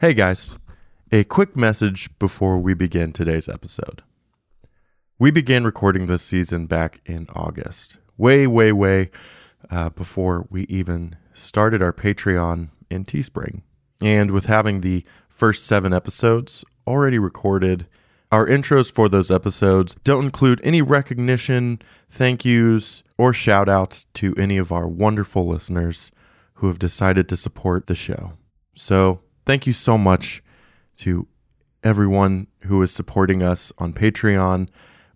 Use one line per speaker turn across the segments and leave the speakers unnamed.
Hey guys, a quick message before we begin today's episode. We began recording this season back in August, way, way, way uh, before we even started our Patreon in Teespring. And with having the first seven episodes already recorded, our intros for those episodes don't include any recognition, thank yous, or shout outs to any of our wonderful listeners who have decided to support the show. So, thank you so much to everyone who is supporting us on Patreon,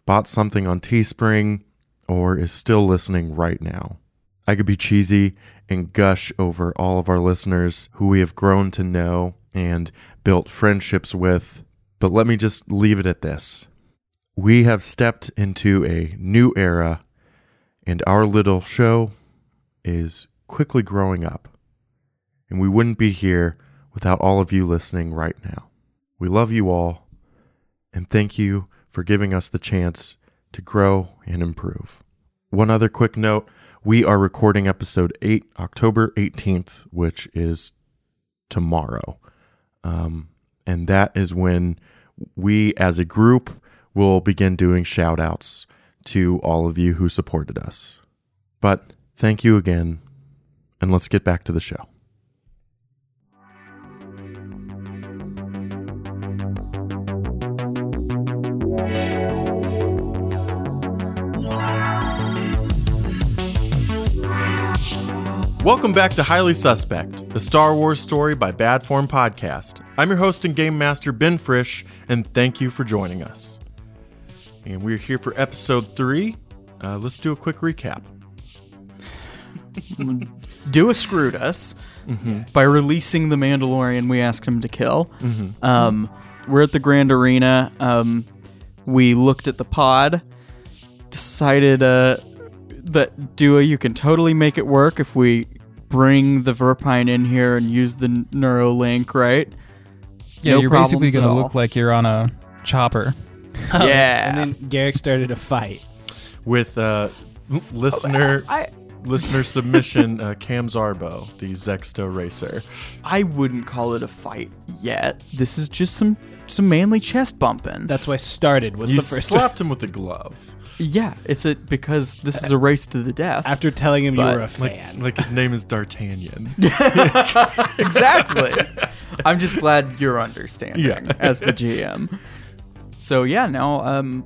bought something on Teespring, or is still listening right now. I could be cheesy and gush over all of our listeners who we have grown to know and built friendships with, but let me just leave it at this. We have stepped into a new era, and our little show is quickly growing up and we wouldn't be here without all of you listening right now. We love you all, and thank you for giving us the chance to grow and improve. One other quick note we are recording episode 8, October 18th, which is tomorrow. Um, and that is when we as a group will begin doing shout outs to all of you who supported us. But thank you again, and let's get back to the show. Welcome back to Highly Suspect, the Star Wars story by Bad Form podcast. I'm your host and game master, Ben Frisch, and thank you for joining us. And we're here for episode three. Uh, let's do a quick recap.
Dua screwed us by releasing the Mandalorian we asked him to kill. Um, we're at the Grand Arena. Um, we looked at the pod, decided uh, that Dua, you can totally make it work if we bring the Verpine in here and use the n- Neuralink, right?
Yeah,
No
you're basically
problems at
gonna
all.
look like you're on a chopper.
yeah.
And then Garrick started a fight.
With uh, l- listener
I
listener submission, uh, Cam Zarbo, the Zexto racer.
I wouldn't call it a fight yet. This is just some some manly chest bumping.
That's why started was
You
the first one.
slapped him with a glove,
yeah, it's a because this is a race to the death.
After telling him
But-
you were a
like
fan.
like his name is D'Artagnan.
exactly. I'm just glad you're understanding
Yeah.
as the GM. So yeah, now um,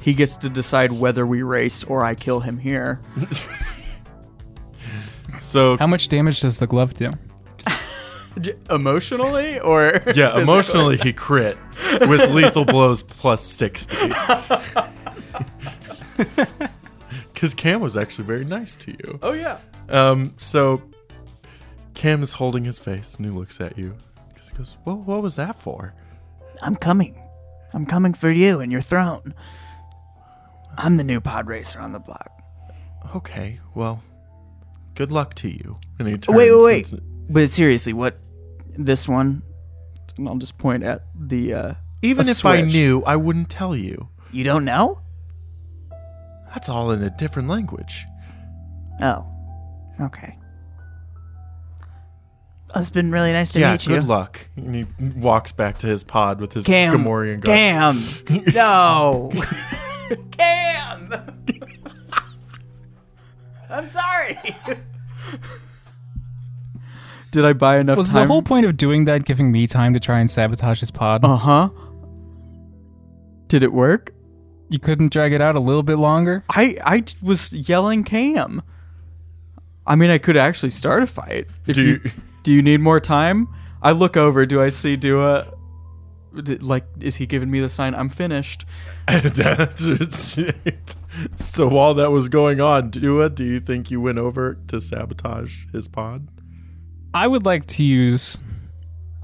he gets to decide whether we race or I kill him here.
So
How much damage does the glove do?
D- emotionally or
yeah,
physically?
emotionally he crit with lethal blows plus sixty. Because Cam was actually very nice to you.
Oh yeah.
Um, so Cam is holding his face and he looks at you because he goes, "Well, what was that for?"
I'm coming. I'm coming for you and your throne. I'm the new pod racer on the block.
Okay, well, good luck to you. And he turns
Wait, wait,
and
wait.
s-
But seriously, what this one? And I'll just point at the. Uh,
Even
a
if I
switch.
knew, I wouldn't tell you.
you don't know?
That's all in a different language.
Oh, okay. Oh, It's been really nice to
yeah,
meet you.
good luck. And he walks back to his pod with his
Cam.
Gamorrean guard.
Cam. No. Cam. I'm sorry. Did I buy enough
Was the
time?
whole point of doing that giving me time to try and sabotage his pod?
uh huh. Did it work?
You couldn't drag it out a little bit longer?
I I t- was yelling Cam. I mean, I could actually start a fight. If
Do
you,
you-
do you need more time? I look over. Do I see Dua? D- Like, is he giving me the sign? I'm finished.
And that's just it. so while that was going on, Dua, do you think you went over to sabotage his pod?
I would like to use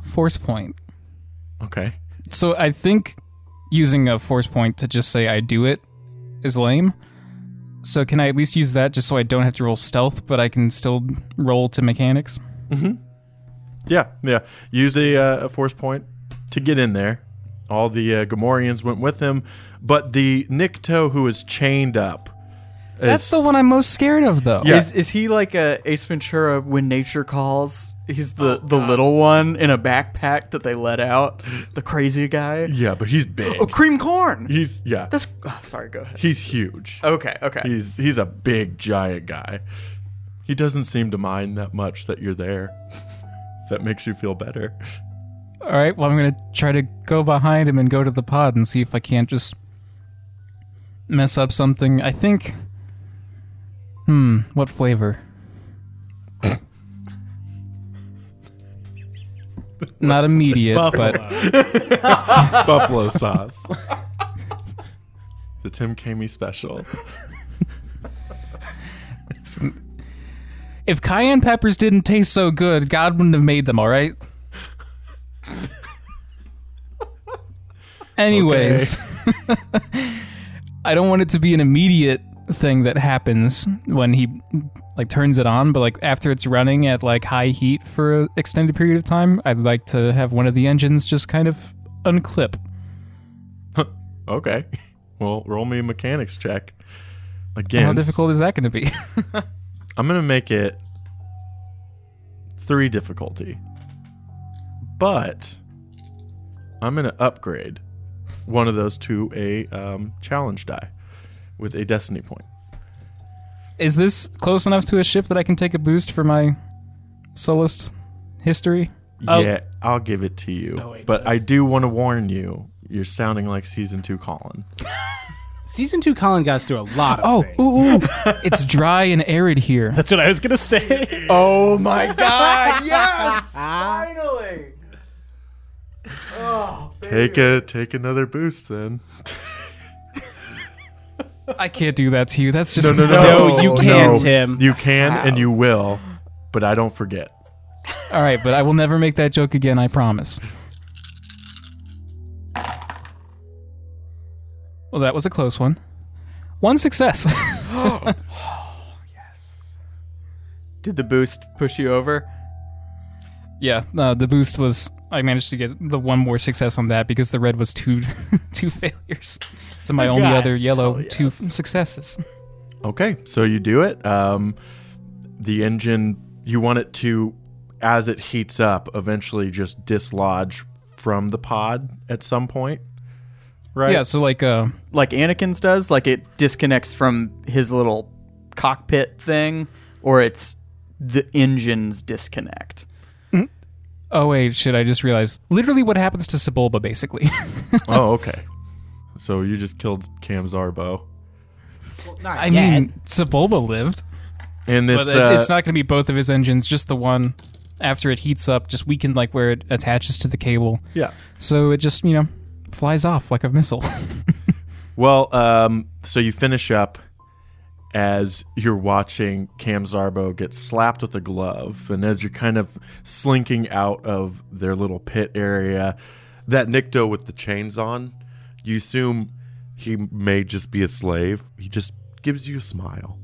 force point.
Okay.
So I think using a force point to just say I do it is lame. So can I at least use that just so I don't have to roll stealth, but I can still roll to mechanics?
Yeah, yeah. Use a, uh, a force point to get in there. All the uh, Gamorreans went with him, but the Nikto who is chained up
That's the one I'm most scared of, though.
Yeah.
Is, is he like a Ace Ventura when nature calls? He's the,
Oh,
the little one in a backpack that they let out. The crazy guy.
yeah, but he's big.
Oh, cream corn.
He's yeah.
That's oh, sorry. Go ahead.
he's huge.
Okay. Okay.
He's he's a big giant guy. He doesn't seem to mind that much that you're there. that makes you feel better.
All right. Well, I'm gonna try to go behind him and go to the pod and see if I can't just mess up something. I think. Hmm. What flavor? Not immediate, but
Buffalo sauce. the Tim Kamey special.
if cayenne peppers didn't taste so good, God wouldn't have made them. All right. Anyways, I don't want it to be an immediate thing that happens when he like turns it on, but like after it's running at like high heat for an extended period of time, I'd like to have one of the engines just kind of unclip.
Okay. Well, roll me a mechanics check. Again,
How difficult is that going to be?
I'm gonna make it three difficulty, but I'm gonna upgrade one of those to a um, challenge die with a destiny point.
is this close enough to a ship that I can take a boost for my Solist history?
Oh.
Yeah, I'll give it to you,
No, wait,
but I
that's-
do want to warn you. You're sounding like season two, Colin.
Season two, Colin got us through a lot of
Oh,
things.
ooh, ooh. it's dry and arid here.
That's what I was gonna say.
Oh my God! Yes! Finally. Oh,
Take a take another boost then.
I can't do that to you. That's just
No, you can't, Tim.
You can and you will, but I don't forget.
All right, but I will never make that joke again. I promise. Well, that was a close one. One success.
Did the boost push you over?
yeah, uh, the boost was. I managed to get the one more success on that because the red was two two failures. So my only
God. Oh,
other yellow two f- successes.
Okay, so you do it. Um, the engine, you want it to, as it heats up, eventually just dislodge from the pod at some point, right?
Yeah, so like uh,
Like Anakin's does? Like it disconnects from his little cockpit thing, or it's the engines disconnect.
oh wait, shit! I just realized literally what happens to Sebulba basically.
Oh, okay. So you just killed Cam Zarbo.
I mean, Sebulba lived.
And this,
But it's,
uh,
it's not going to be both of his engines, just the one after it heats up, just weakened like where it attaches to the cable.
yeah.
So it just, you know, flies off like a missile.
Well, um, so you finish up as you're watching Cam Zarbo get slapped with a glove, and as you're kind of slinking out of their little pit area, that Nikto with the chains on, you assume he may just be a slave. He just gives you a smile.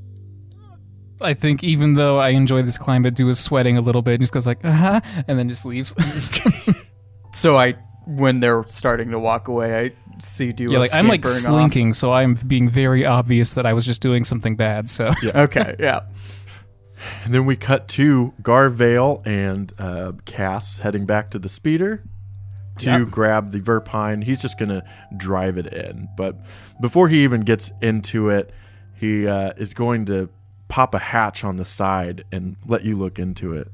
I think even though I enjoy this climb, but do is sweating a little bit and just goes like, uh huh, and then just leaves.
So I, when they're starting to walk away, I see Duo.
yeah, like I'm like
scampering off.
slinking, so I'm being very obvious that I was just doing something bad. So
Okay, yeah.
And then we cut to Garvale and uh, Cass heading back to the speeder to grab the Verpine. He's just going to drive it in. But before he even gets into it, he uh, is going to pop a hatch on the side and let you look into it.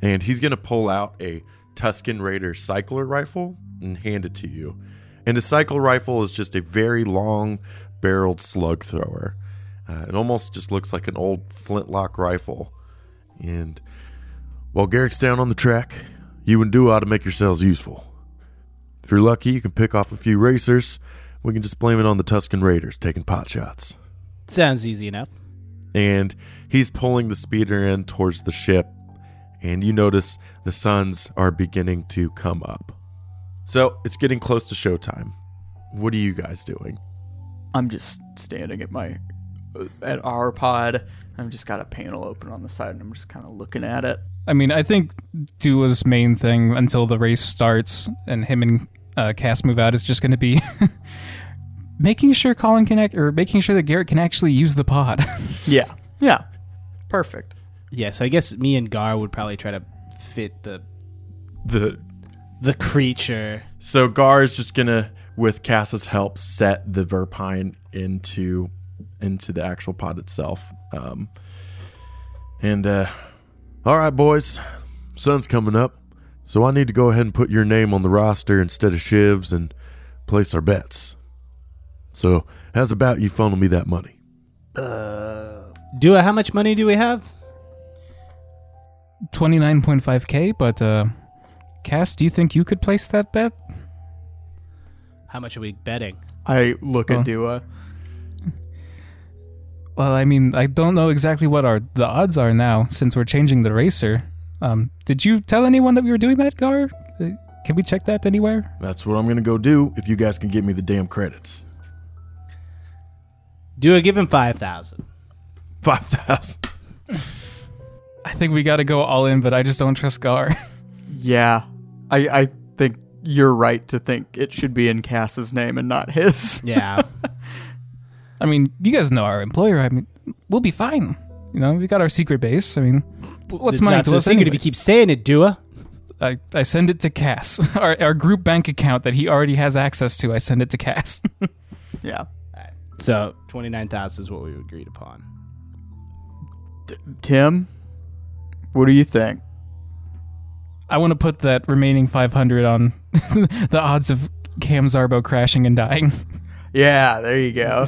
And he's going to pull out a Tuscan Raider cycler rifle and hand it to you. And a cycle rifle is just a very long barreled slug thrower. Uh, it almost just looks like an old flintlock rifle. And while Garrick's down on the track, you and Duo ought to make yourselves useful. If you're lucky, you can pick off a few racers. We can just blame it on the Tuscan Raiders taking pot shots.
Sounds easy enough.
And he's pulling the speeder in towards the ship. And you notice the suns are beginning to come up. So it's getting close to showtime. What are you guys doing?
I'm just standing at my, uh, at our pod. I've just got a panel open on the side, and I'm just kind of looking at it.
I mean, I think Dua's main thing until the race starts and him and uh, Cass move out is just going to be making sure Colin can act, or making sure that Garrett can actually use the pod.
Yeah. Yeah. Perfect.
Yeah, so I guess me and Gar would probably try to fit the
The
the creature.
So Gar is just gonna, with Cass's help, set the Verpine into into the actual pod itself. Um, and uh, all right, boys, sun's coming up, so I need to go ahead and put your name on the roster instead of Shiv's and place our bets. So, how's about you funnel me that money?
Dua, how much money do we have?
29.5k, but uh, Cass, do you think you could place that bet?
How much are we betting?
I look
Huh.
at Dua.
Well, I mean, I don't know exactly what our the odds are now since we're changing the racer. Um, did you tell anyone that we were doing that, Gar? Uh, Can we check that anywhere?
That's what I'm gonna go do if you guys can give me the damn credits.
Dua, give him five thousand.
Five thousand.
I think we got to go all in, but I just don't trust Gar.
Yeah. I I think you're right to think it should be in Cass's name and not his.
Yeah.
I mean, you guys know our employer. I mean, we'll be fine. You know, we got our secret base. I mean, what's
it's
money
not
to
so
us
secret if you
anyways?
keep saying it, Dua.
I, I send it to Cass. Our, our group bank account that he already has access to, I send it to Cass.
Yeah.
So twenty nine thousand is what we agreed upon.
Tim, what do you think?
I want to put that remaining 500 on the odds of Cam Zarbo crashing and dying.
Yeah, there you go.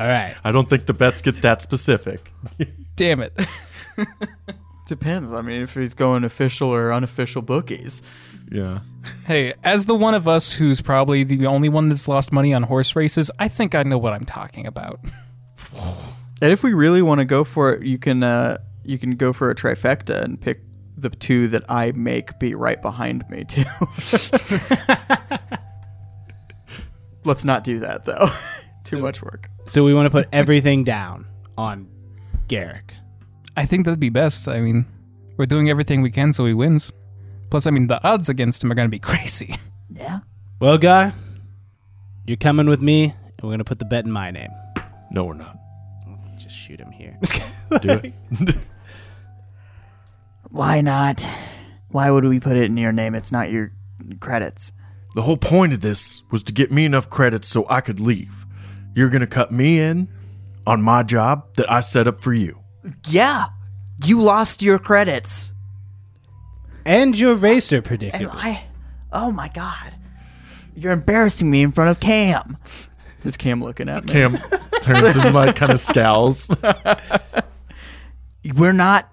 All right.
I don't think the bets get that specific.
Damn it.
Depends. I mean, if he's going official or unofficial bookies.
Yeah.
Hey, as the one of us who's probably the only one that's lost money on horse races, I think I know what I'm talking about.
And if we really want to go for it, you can uh, you can go for a trifecta and pick the two that I make be right behind me too. Let's not do that though. Too much work.
So we want to put everything down on Garrick.
I think that'd be best. I mean, we're doing everything we can so he wins. Plus, I mean, the odds against him are going to be crazy.
Well, Gar, you're coming with me, and we're gonna put the bet in my name.
No, we're not.
Just shoot him here.
Do it.
Why not? Why would we put it in your name? It's not your credits.
The whole point of this was to get me enough credits so I could leave. You're going to cut me in on my job that I set up for you.
Yeah, you lost your credits.
and your racer predicament.
I, oh my god, you're embarrassing me in front of Cam. Is Cam looking at me?
Cam turns and like kind of scowls.
we're not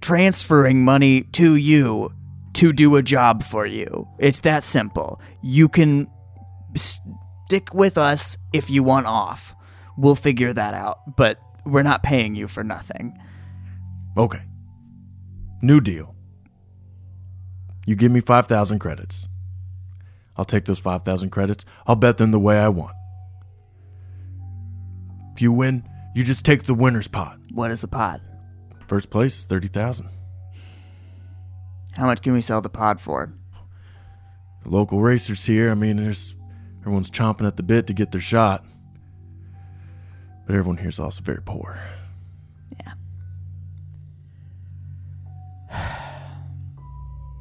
transferring money to you to do a job for you. It's that simple. You can stick with us if you want off. We'll figure that out, but we're not paying you for nothing.
Okay. New deal. You give me 5,000 credits. I'll take those 5,000 credits. I'll bet them the way I want. If you win, you just take the winner's pot.
What is the pod?
First place, 30,000.
How much can we sell the pod for?
The local racers here, I mean, there's everyone's chomping at the bit to get their shot. But everyone here's also very poor.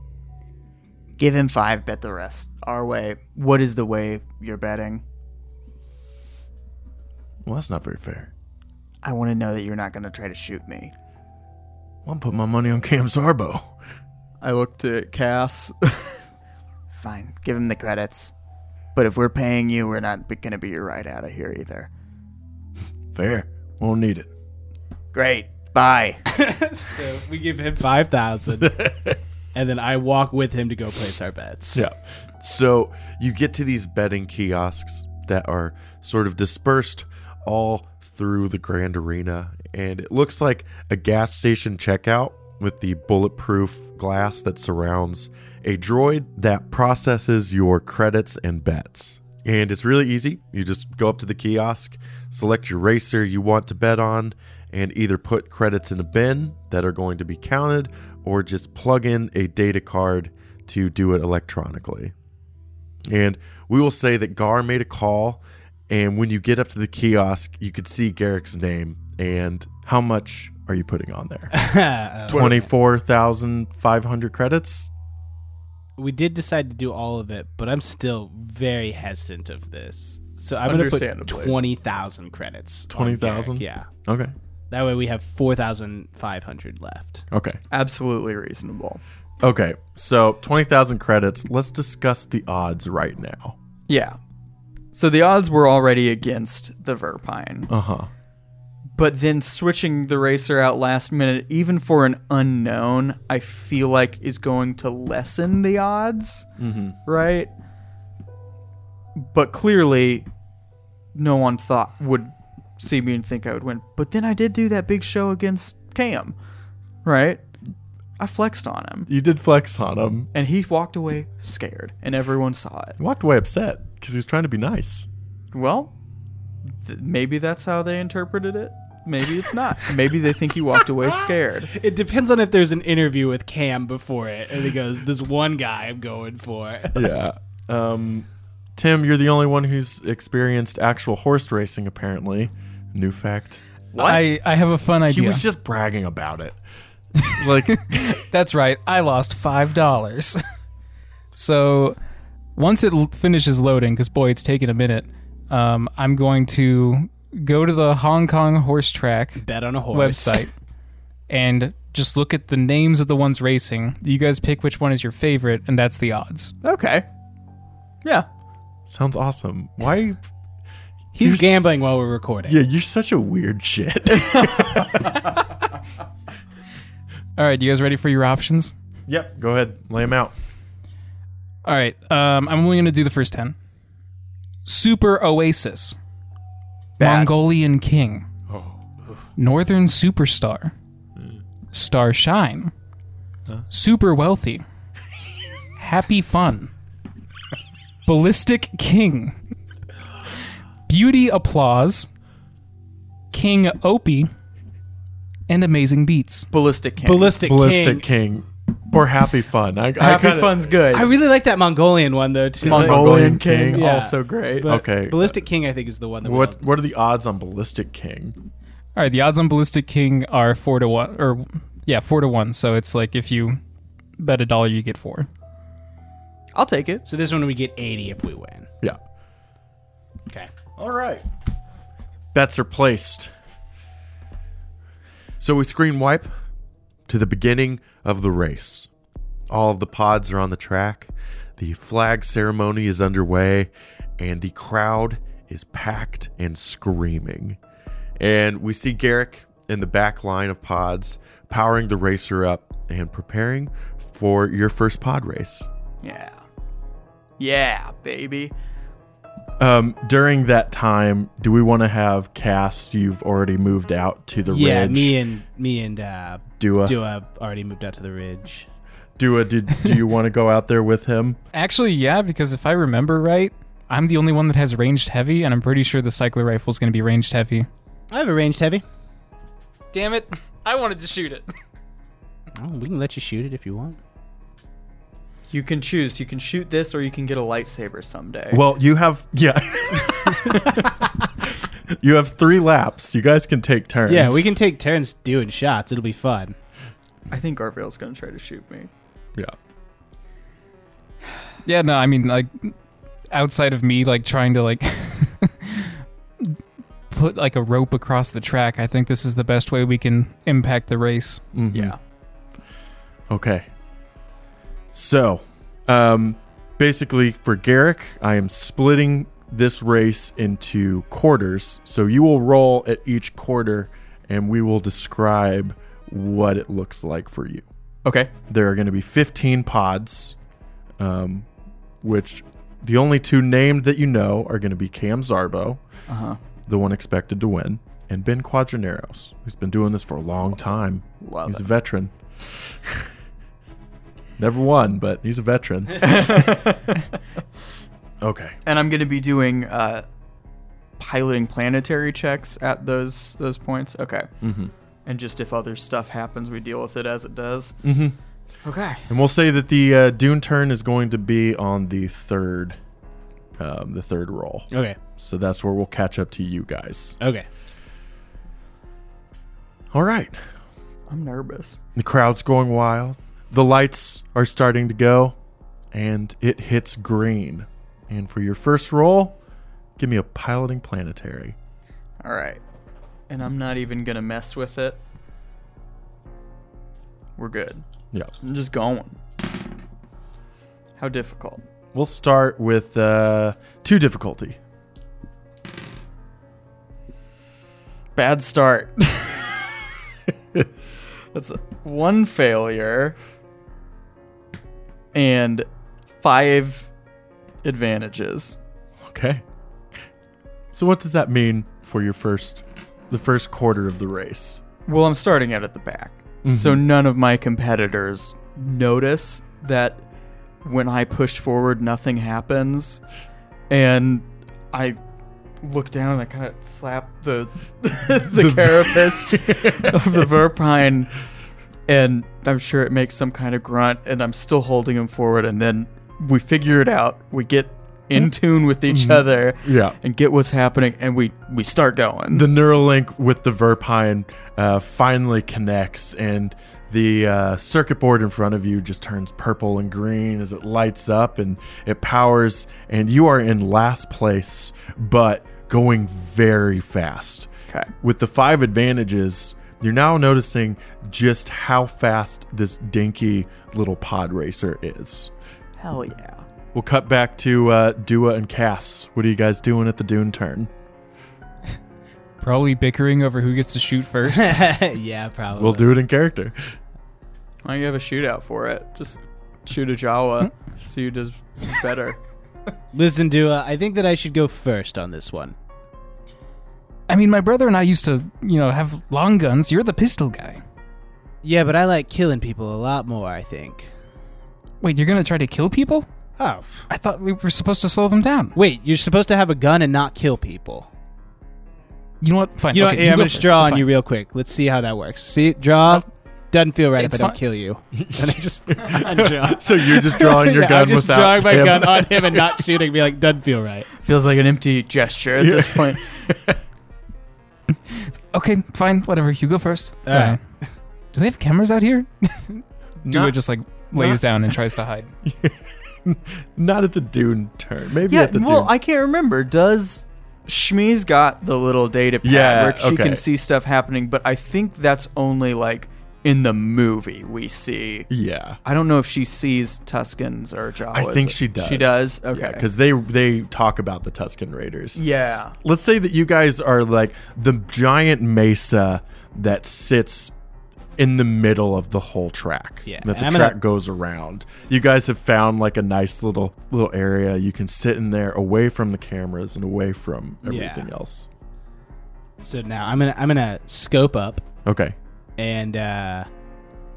Give him five, bet the rest. Our way. What is the way you're betting?
Well, that's not very fair.
I want to know that you're not going to try to shoot me.
Well, I'm putting my money on Cam Zarbo.
I looked at Cass. Fine, give him the credits. But if we're paying you, we're not going to be your ride out of here either.
Fair. Won't need it.
Great. Bye.
so we give him five thousand, and then I walk with him to go place our bets.
Yeah. So you get to these betting kiosks that are sort of dispersed all through the grand arena. And it looks like a gas station checkout with the bulletproof glass that surrounds a droid that processes your credits and bets. And it's really easy. You just go up to the kiosk, select your racer you want to bet on, and either put credits in a bin that are going to be counted or just plug in a data card to do it electronically. And we will say that Gar made a call And when you get up to the kiosk, you could see Garrick's name and how much are you putting on there?
Uh,
24,500 credits?
we did decide to do all of it, but I'm still very hesitant of this. So I'm going to put
Understandably.
20,000 credits. on
20,000?
Garrick, Yeah.
Okay.
That way we have 4,500 left.
Okay.
Absolutely reasonable.
Okay. So 20,000 credits. Let's discuss the odds right now.
Yeah. So the odds were already against the Verpine,
Uh huh.
but then switching the racer out last minute, even for an unknown, I feel like is going to lessen the odds, mm-hmm. right? But clearly, no one thought would see me and think I would win. But then I did do that big show against Cam, right? I flexed on him,
You did flex on him.
and he walked away scared, and everyone saw it.
He walked away upset because he was trying to be nice.
Well, th- maybe that's how they interpreted it. Maybe it's not. maybe they think he walked away scared.
It depends on if there's an interview with Cam before it, and he goes, "This one guy I'm going for."
Yeah. Um, Tim, you're the only one who's experienced actual horse racing, apparently. New fact.
I, I have a fun
He
idea.
was just bragging about it. Like,
That's right. I lost five dollars. so once it l- finishes loading, because boy, it's taking a minute. Um, I'm going to go to the Hong Kong horse track
Bet on a horse
website and just look at the names of the ones racing. You guys pick which one is your favorite, and that's the odds.
Okay. Yeah.
sounds awesome. Why?
He's
You're-
gambling while we're recording.
Yeah, you're such a weird shit.
All right, you guys ready for your options?
yep. Go ahead. Lay him out.
All right, um, I'm only going to do the first ten. Super Oasis,
Bad.
Mongolian King,
Oh.
Northern Superstar, Star Shine, Super Wealthy, Happy Fun, Ballistic King, Beauty Applause, King Opie, and Amazing Beats.
Ballistic King.
Ballistic,
Ballistic
King.
King. Or Happy Fun. I, I
Happy
kinda-
Fun's good.
I really like that Mongolian one though too.
Mongolian,
Mongolian
King,
King.
Yeah.
also great.
But
Okay.
Ballistic King, I think, is the one that we
What
all-
What are the odds on Ballistic King?
All right, the odds on Ballistic King are four to one, or yeah, four to one. So it's like if you bet a dollar, you get four.
I'll take it.
So this one we get eighty if we win.
Yeah.
Okay.
All right. Bets are placed. So we screen wipe to the beginning of the race. All of the pods are on the track. The flag ceremony is underway, and the crowd is packed and screaming. And we see Garrick in the back line of pods, powering the racer up and preparing for your first pod race.
Yeah. Yeah, baby.
Um, during that time, do we want to have Cass? You've already moved out to the
Yeah,
ridge.
me and me and uh,
Dua.
Dua already moved out to the ridge.
Dua, did do you want to go out there with him?
Actually, yeah, because if I remember right, I'm the only one that has ranged heavy, and I'm pretty sure the cycler rifle is going to be ranged heavy.
I have a ranged heavy.
Damn it! I wanted to shoot it.
Oh, we can let you shoot it if you want.
You can choose. You can shoot this or you can get a lightsaber someday.
Well, you have yeah. you have three laps. You guys can take turns.
Yeah, we can take turns doing shots. It'll be fun.
I think Garfield's going to try to shoot me.
yeah.
Yeah, no, I mean like outside of me like trying to like put like a rope across the track, I think this is the best way we can impact the race.
Mhm.
Mm.
Yeah.
Okay. So, um, basically, for Garrick, I am splitting this race into quarters. So you will roll at each quarter, and we will describe what it looks like for you.
Okay.
There are going to be 15 pods, um, which the only two named that you know are going to be Cam Zarbo,
Uh-huh.
the one expected to win, and Ben Quadraneros, who's been doing this for a long time.
Love
He's a
it.
veteran. Never won, but he's a veteran. okay.
and I'm going to be doing uh, piloting planetary checks at those those points. Okay. Mm-hmm. And just if other stuff happens, we deal with it as it does. Mm-hmm. Okay.
And we'll say that the uh, Dune turn is going to be on the third um, the third roll.
Okay.
So that's where we'll catch up to you guys.
Okay.
All right.
I'm nervous.
The crowd's going wild. The lights are starting to go, and it hits green. And for your first roll, give me a piloting planetary.
All right. And I'm not even going to mess with it. We're good.
Yeah.
I'm just going. How difficult?
We'll start with uh, two difficulty.
Bad start. That's one failure and five advantages.
Okay. So what does that mean for your first, the first quarter of the race?
Well, I'm starting out at the back. So
Mm-hmm.
none of my competitors notice that when I push forward, nothing happens. And I look down and I kind of slap the, the, carapace of the Verpine. And I'm sure it makes some kind of grunt. And I'm still holding him forward. And then we figure it out. We get in tune with each other
Mm-hmm. Yeah.
and get what's happening. And we, we start going.
The Neuralink with the Verpine uh, finally connects, and the uh, circuit board in front of you just turns purple and green as it lights up and it powers, and you are in last place, but going very fast.
Okay.
With the five advantages, you're now noticing just how fast this dinky little pod racer is.
Hell yeah.
We'll cut back to uh, Dua and Cass. What are you guys doing at the Dune turn?
Probably bickering over who gets to shoot first.
yeah, probably.
We'll do it in character.
Why don't you have a shootout for it? Just shoot a Jawa. See who does better.
Listen, Dua, I think that I should go first on this one.
I mean, my brother and I used to, you know, have long guns. You're the pistol guy.
Yeah, but I like killing people a lot more, I think.
Wait, you're gonna try to kill people?
Oh.
I thought we were supposed to slow them down.
Wait, you're supposed to have a gun and not kill people.
You know what? Fine.
You know,
okay,
what, yeah, I'm
go
going to
first.
draw
That's
on you
fine.
real quick. Let's see how that works. See, draw. Doesn't feel right
It's
if I don't
fine.
kill you.
So you're just drawing your
Yeah,
gun
I'm just
without
drawing my
him.
gun on him and not shooting. Be like, doesn't feel right.
Feels like an empty gesture at this point.
Okay, fine. Whatever. You go first.
All right.
Uh, do they have cameras out here? Dua
Not,
just like lays down and tries to hide.
not at the Dune turn. Maybe
yeah,
at the
well,
Dune.
I can't remember. Does Shmi's got the little data pad
Yeah,
where she
okay.
can see stuff happening, but I think that's only like in the movie we see.
yeah,
I don't know if she sees Tuscans or Jawas.
Oh,
I think she does.
She does? Okay.
because they they talk about the Tuscan Raiders.
yeah.
Let's say that you guys are like the giant mesa that sits in the middle of the whole track.
Yeah,
that
and
the
I'm gonna-
track goes around. You guys have found like a nice little little area you can sit in there, away from the cameras and away from everything else.
So now I'm gonna I'm gonna scope up
Okay.
and uh,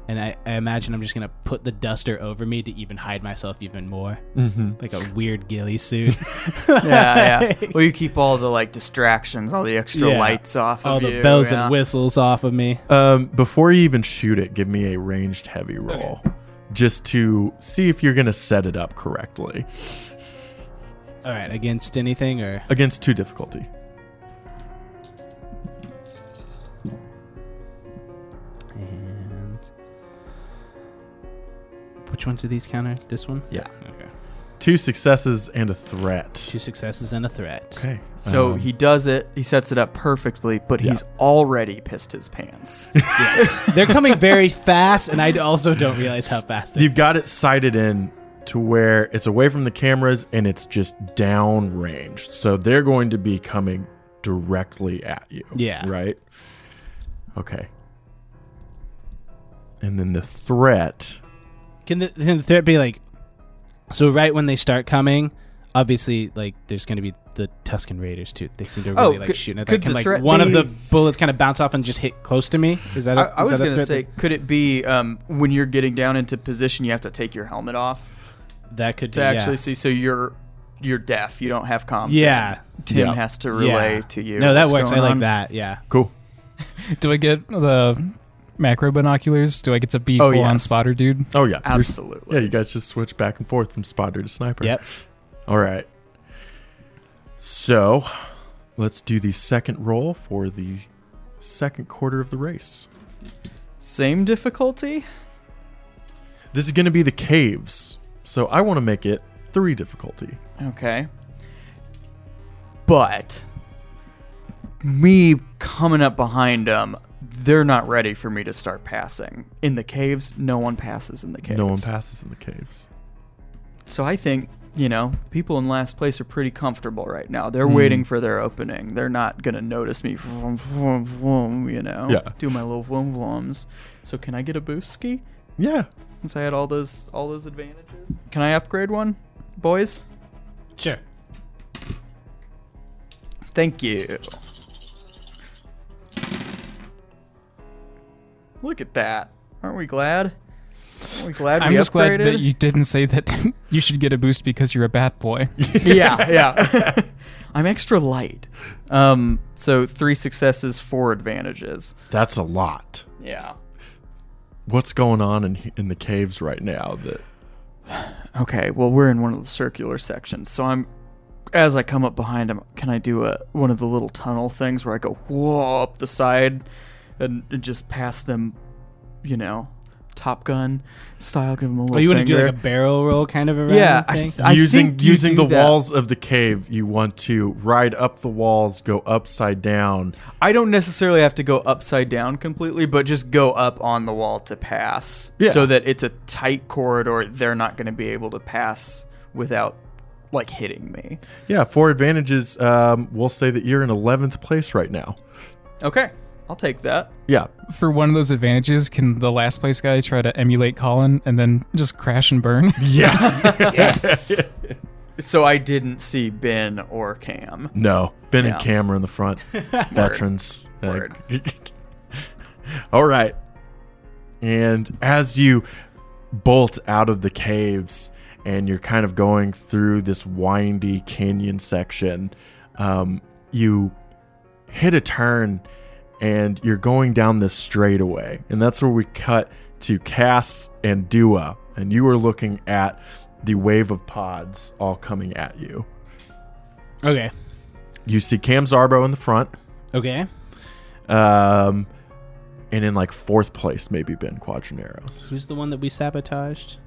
and I, I imagine I'm just gonna put the duster over me to even hide myself even more, mm-hmm. like a weird ghillie suit.
Yeah, yeah. Well, you keep all the like distractions, all the extra
Yeah.
lights off
all
of
the
you,
bells
yeah.
and whistles off of me.
Um, before you even shoot it, give me a ranged heavy roll just to see if you're going to set it up correctly
All right, against anything or
against two difficulty.
and which ones do these counter? This one?
Yeah.
Okay.
Two successes and a threat.
Two successes and a threat.
Okay.
So
Um,
he does it. He sets it up perfectly, but he's already pissed his pants.
They're coming very fast, and I also don't realize how fast. They're
you've got it sighted in to where it's away from the cameras and it's just down range. So they're going to be coming directly at you.
Yeah.
Right? Okay. And then the threat.
Can the, can the threat be like? So right when they start coming, obviously, like there's going to be the Tuscan Raiders too. They seem to really
Oh,
like
could-
shooting at that.
could
Can
the
like
threat
one of
be-
the bullets kind of bounce off and just hit close to me? Is that?
I,
a-
I
is
was
that a
gonna
threat
say, could it be um, when you're getting down into position, you have to take your helmet off
that, that could
to
be,
actually
yeah.
see? So you're you're deaf. You don't have comms. in.
Yeah.
Tim
Yeah.
has to
Yeah.
relay to you.
No, that
what's
works. I
going
like
on.
that. Yeah.
Cool.
Do I get the macro binoculars? Do I get to be
Oh,
full on
yes.
spotter, dude?
Oh, yeah. You're-
Absolutely.
Yeah, you guys just switch back and forth from spotter to sniper.
Yep.
All right. So let's do the second roll for the second quarter of the race.
Same difficulty?
This is going to be the caves. So I want to make it three difficulty.
Okay. But me coming up behind them, they're not ready for me to start passing. In the caves, no one passes in the caves.
No one passes in the caves.
So I think, you know, people in last place are pretty comfortable right now. They're
Hmm.
waiting for their opening. They're not going to notice me, vroom, vroom, vroom, you know,
Yeah.
do my little vroom vrooms. So can I get a boost ski
Yeah.
since I had all those all those advantages? Can I upgrade one, boys?
Sure.
Thank you. Look at that. Aren't we glad? Aren't we glad
I'm
we
just
upgraded?
glad that you didn't say that you should get a boost because you're a bat boy.
yeah, yeah. I'm extra light. Um, so three successes, four advantages.
That's a lot.
Yeah.
What's going on in in the caves right now that
Okay. Well, we're in one of the circular sections, so I'm. As I come up behind him, can I do a one of the little tunnel things where I go whoa up the side, and, and just pass them, you know, Top Gun style, give them a little.
Oh, you want to
finger.
do like a barrel roll kind of around
Yeah, I-
thing?
I
using
think you
using
do
the
that.
walls of the cave, you want to ride up the walls, go upside down.
I don't necessarily have to go upside down completely, but just go up on the wall to pass
Yeah.
so that it's a tight corridor. They're not going to be able to pass without like hitting me.
Yeah, four advantages. Um, we'll say that you're in eleventh place right now.
Okay, I'll take that.
Yeah,
For one of those advantages, can the last place guy try to emulate Colin and then just crash and burn?
yeah.
yes.
So I didn't see Ben or Cam.
no, Ben
Yeah.
and Cameron in the front, veterans.
Word.
All right, and as you bolt out of the caves and you're kind of going through this windy canyon section, um, you hit a turn and you're going down this straightaway. And that's where we cut to Cass and Dua. And you are looking at the wave of pods all coming at you.
Okay.
You see Cam Zarbo in the front,
Okay.
um, and in like fourth place, maybe Ben Quadraneros.
Who's the one that we sabotaged?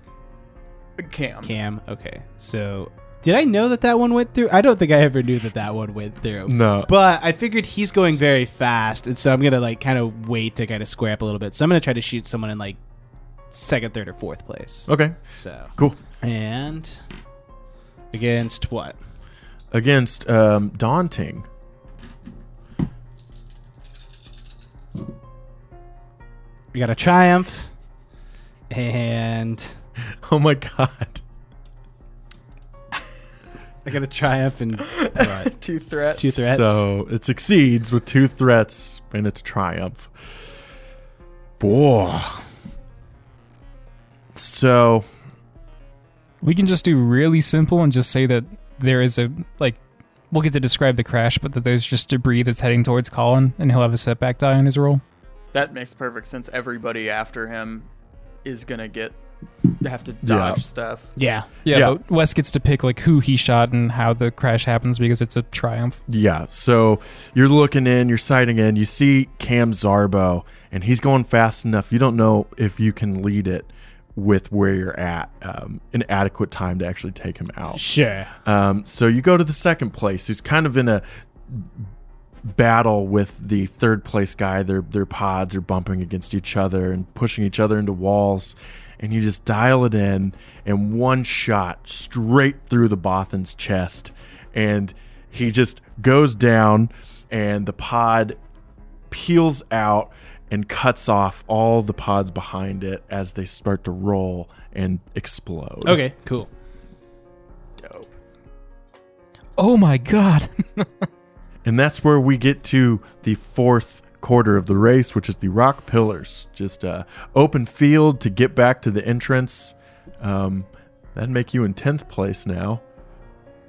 Cam.
Cam. Okay. So, did I know that that one went through? I don't think I ever knew that that one went through.
No.
But I figured he's going very fast, and so I'm gonna like kind of wait to kind of square up a little bit. So I'm gonna try to shoot someone in like second, third, or fourth place.
Okay,
So
cool.
and against what?
Against um, Daunting.
We got a triumph, and
Oh my god.
I got a triumph and what?
Two threats.
Two threats.
So it succeeds with two threats and it's a triumph. Boy. So
We can just do really simple and just say that there is a like we'll get to describe the crash, but that there's just debris that's heading towards Colin and he'll have a setback die on his roll.
That makes perfect sense. Everybody after him is going to get have to dodge stuff.
Yeah.
Yeah,
Yeah.
but Wes gets to pick like who he shot and how the crash happens because it's a triumph.
yeah, so you're looking in, you're sighting in, you see Cam Zarbo, and he's going fast enough. You don't know if you can lead it with where you're at, um, an adequate time to actually take him out.
Sure.
Um, so you go to the second place, who's kind of in a battle with the third place guy. Their their pods are bumping against each other and pushing each other into walls. And you just dial it in, and one shot straight through the Bothan's chest, and he just goes down, and the pod peels out and cuts off all the pods behind it as they start to roll and explode.
Okay. Cool.
Dope.
Oh my god.
And that's where we get to the fourth quarter of the race, which is the rock pillars. Just uh, open field to get back to the entrance. Um, that'd make you in 10th place now,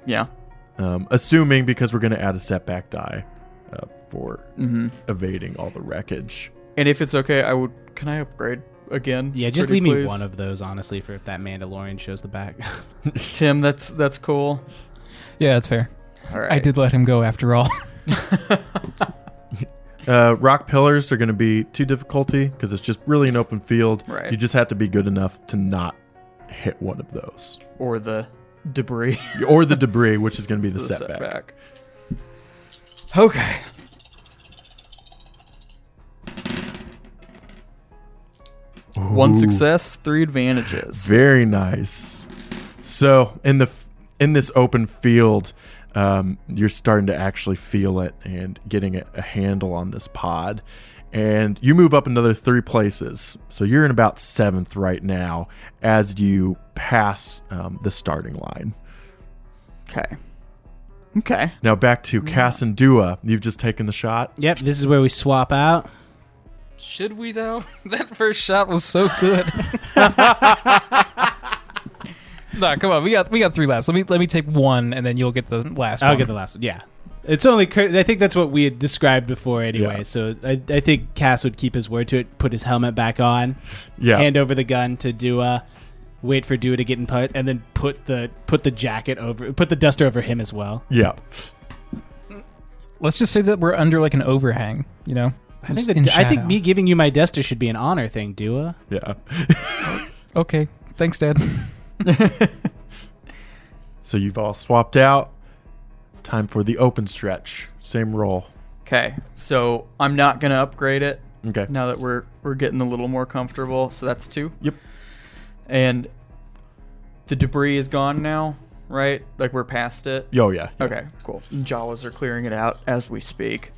Yeah.
um, assuming because we're going to add a setback die uh, for evading all the wreckage.
And if it's okay, I would can I upgrade again?
Yeah. Just
Pretty
leave me
please?
one of those, honestly, for if that Mandalorian shows the back.
Tim, that's that's cool.
yeah, that's fair.
All right.
I did let him go after all.
Uh, rock pillars are going to be two difficulty because it's just really an open field.
Right.
You just have to be good enough to not hit one of those
Or the debris.
or the debris, which is going to be the,
the
setback.
setback. Okay. One success, three advantages.
Very nice. So in the f- in this open field, um, you're starting to actually feel it and getting a, a handle on this pod. And you move up another three places, so you're in about seventh right now as you pass um, the starting line.
Okay. Okay.
Now back to Cass and Dua. You've just taken the shot.
Yep, this is where we swap out.
Should we though? That first shot was so good. nah, come on. We got we got three laps. Let me let me take one, and then you'll get the last.
I'll
one.
get the last one. Yeah. It's only. Cur- I think that's what we had described before, anyway.
Yeah.
So I, I think Cass would keep his word to it. Put his helmet back on.
Yeah.
Hand over the gun to Dua. Wait for Dua to get in put, and then put the put the jacket over. Put the duster over him as well.
yeah.
Let's just say that we're under like an overhang. You know.
I think that, I think me giving you my duster should be an honor thing, Dua.
Yeah.
Okay. Thanks, Dad.
so you've all swapped out. Time for the open stretch. Same roll.
Okay. So I'm not gonna upgrade it
Okay.
now that we're we're getting a little more comfortable. So that's two.
Yep.
And the debris is gone now, right? Like we're past it.
Oh yeah.
Okay, cool. Jawas are clearing it out as we speak.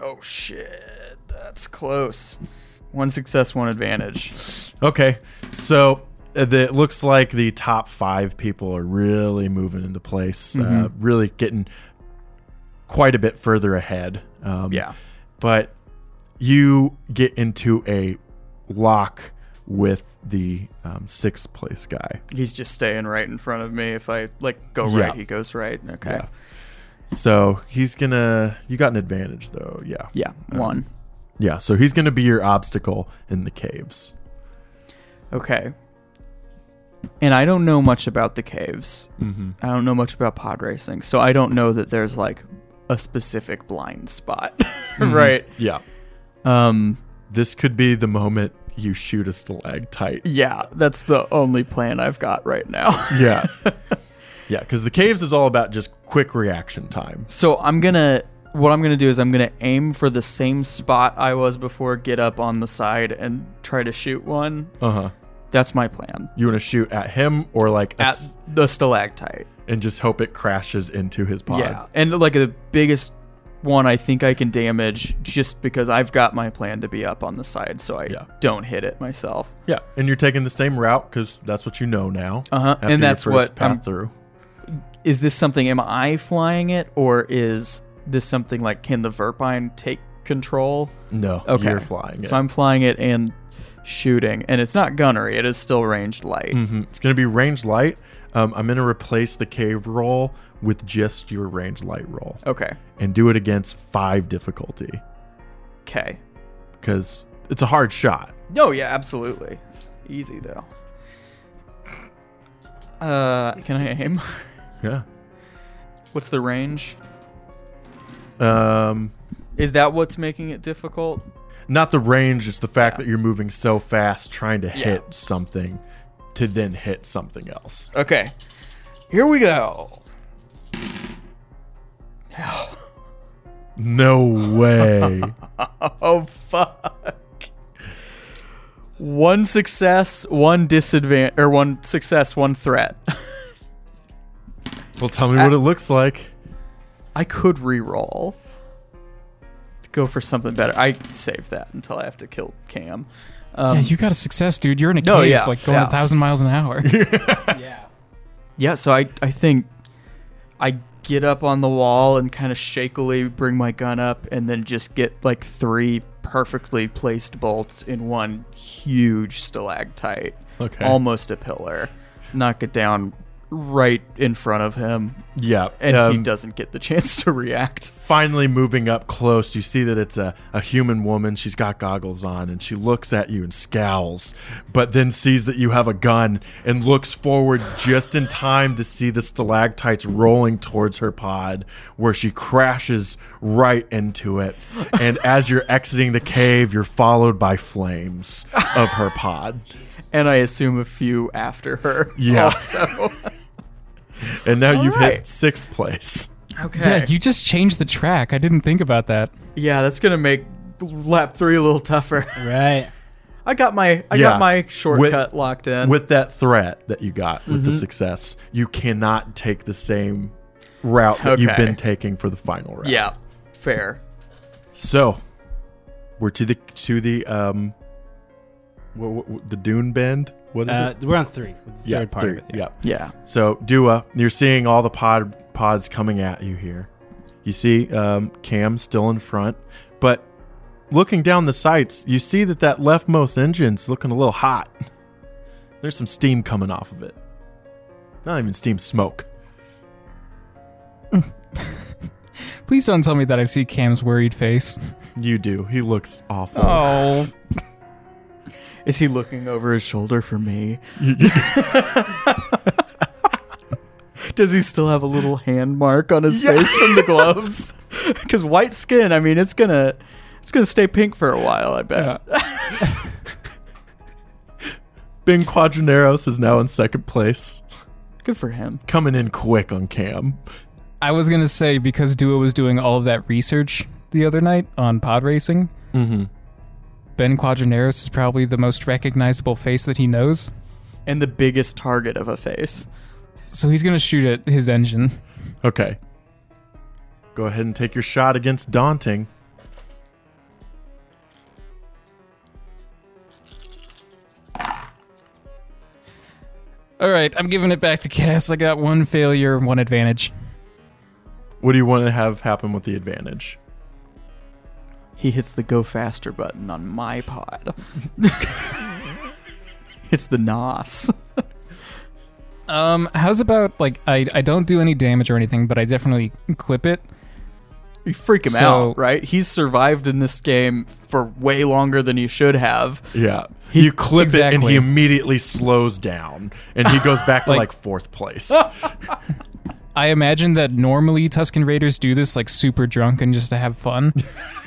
Oh shit, that's close. One success, one advantage.
Okay. So uh, the, it looks like the top five people are really moving into place, uh, really getting quite a bit further ahead. Um, But you get into a lock with the um, sixth place guy.
He's just staying right in front of me. If I like go
Yeah.
right, he goes right. Okay.
Yeah. So he's gonna. You got an advantage though. Yeah.
Yeah, one.
Yeah. So he's gonna be your obstacle in the caves.
Okay. And I don't know much about the caves. I don't know much about pod racing, so I don't know that there's like a specific blind spot, right?
Yeah.
Um,
This could be the moment you shoot a stalactite.
yeah, that's the only plan I've got right now.
Yeah. yeah. Because the caves is all about just quick reaction time.
So I'm gonna what I'm gonna do is I'm gonna aim for the same spot I was before, get up on the side and try to shoot one.
Uh huh.
That's my plan.
You want to shoot at him or like a
At
s-
the stalactite.
and just hope it crashes into his pod.
Yeah. And like the biggest one I think I can damage just because I've got my plan to be up on the side so I
Yeah.
don't hit it myself.
Yeah. And you're taking the same route because that's what you know now.
Uh-huh.
after
And
your
that's
first
what um,
path
I'm-
through.
Is this something am I flying it or is this something like can the Verpine take control?
No.
Okay.
You're flying.
So
it.
I'm flying it and shooting. And it's not gunnery, it is still ranged light.
Mhm. It's going to be range light. Um, I'm going to replace the cave roll with just your range light roll
Okay.
and do it against five difficulty
Okay.
because it's a hard shot.
No, yeah, absolutely. Easy though. Uh, can I aim?
Yeah.
What's the range?
Um,
Is that what's making it difficult?
not the range, it's the fact that you're moving so fast trying to
Yeah.
hit something to then hit something else.
Okay. Here we go.
No way.
Oh fuck. One success, one disadvantage or one success, one threat.
well, tell me what it looks like.
I could re-roll. To go for something better. I save that until I have to kill Cam.
yeah, you got a success, dude. You're in a
No,
cave,
yeah,
like going
yeah.
a thousand miles an hour.
Yeah.
Yeah, so I I think I get up on the wall and kind of shakily bring my gun up and then just get like three perfectly placed bolts in one huge stalactite.
Okay.
Almost a pillar. Knock it down right in front of him,
Yeah.
and he
um,
doesn't get the chance to react.
finally moving up close, you see that it's a, a human woman. She's got goggles on and she looks at you and scowls, but then sees that you have a gun and looks forward just in time to see the stalactites rolling towards her pod, where she crashes right into it. And as you're exiting the cave, you're followed by flames of her pod.
And I assume a few after her.
Yeah.
Also.
And now you've hit
right.
sixth place.
okay.
Yeah, you just changed the track. I didn't think about that.
yeah, that's gonna make lap three a little tougher.
Right.
I got my I
Yeah.
got my shortcut locked in.
with that threat that you got with the
Mm-hmm.
success, you cannot take the same route that you've
Okay.
been taking for the final round.
yeah, fair.
So we're to the to the um, what, what, what- the dune bend. What is
Uh,
it?
we're on three. the Third part
three,
of it.
Yeah.
Yeah.
So Dua, you're seeing all the pod pods coming at you here. You see um, Cam still in front, but looking down the sights, you see that that leftmost engine's looking a little hot. There's some steam coming off of it. Not even steam, smoke.
Please don't tell me that I see Cam's worried face.
You do. He looks awful.
Oh,
Is he looking over his shoulder for me? Does he still have a little hand mark on his face from the gloves? Because white skin, I mean, it's gonna, it's gonna stay pink for a while. I bet.
Ben Quadraneros is now in second place,
Good for him.
coming in quick on Cam.
I was gonna say because Dua was doing all of that research the other night on pod racing.
Mm-hmm.
Mhm.
Ben Quadraneros is probably the most recognizable face that he knows,
And the biggest target of a face.
so he's gonna shoot at his engine.
Okay. Go ahead and take your shot against Daunting.
All right, I'm giving it back to Cass. I got one failure, one advantage.
What do you want to have happen with the advantage?
He hits the go faster button on my pod. it's the nos.
Um, how's about like I I don't do any damage or anything, but I definitely clip it.
You freak him
So-
out, right? He's survived in this game for way longer than he should have.
Yeah. you clip it and
Exactly.
he immediately slows down and he goes back to like, fourth place.
I imagine that normally Tuscan Raiders do this like super drunk and just to have fun.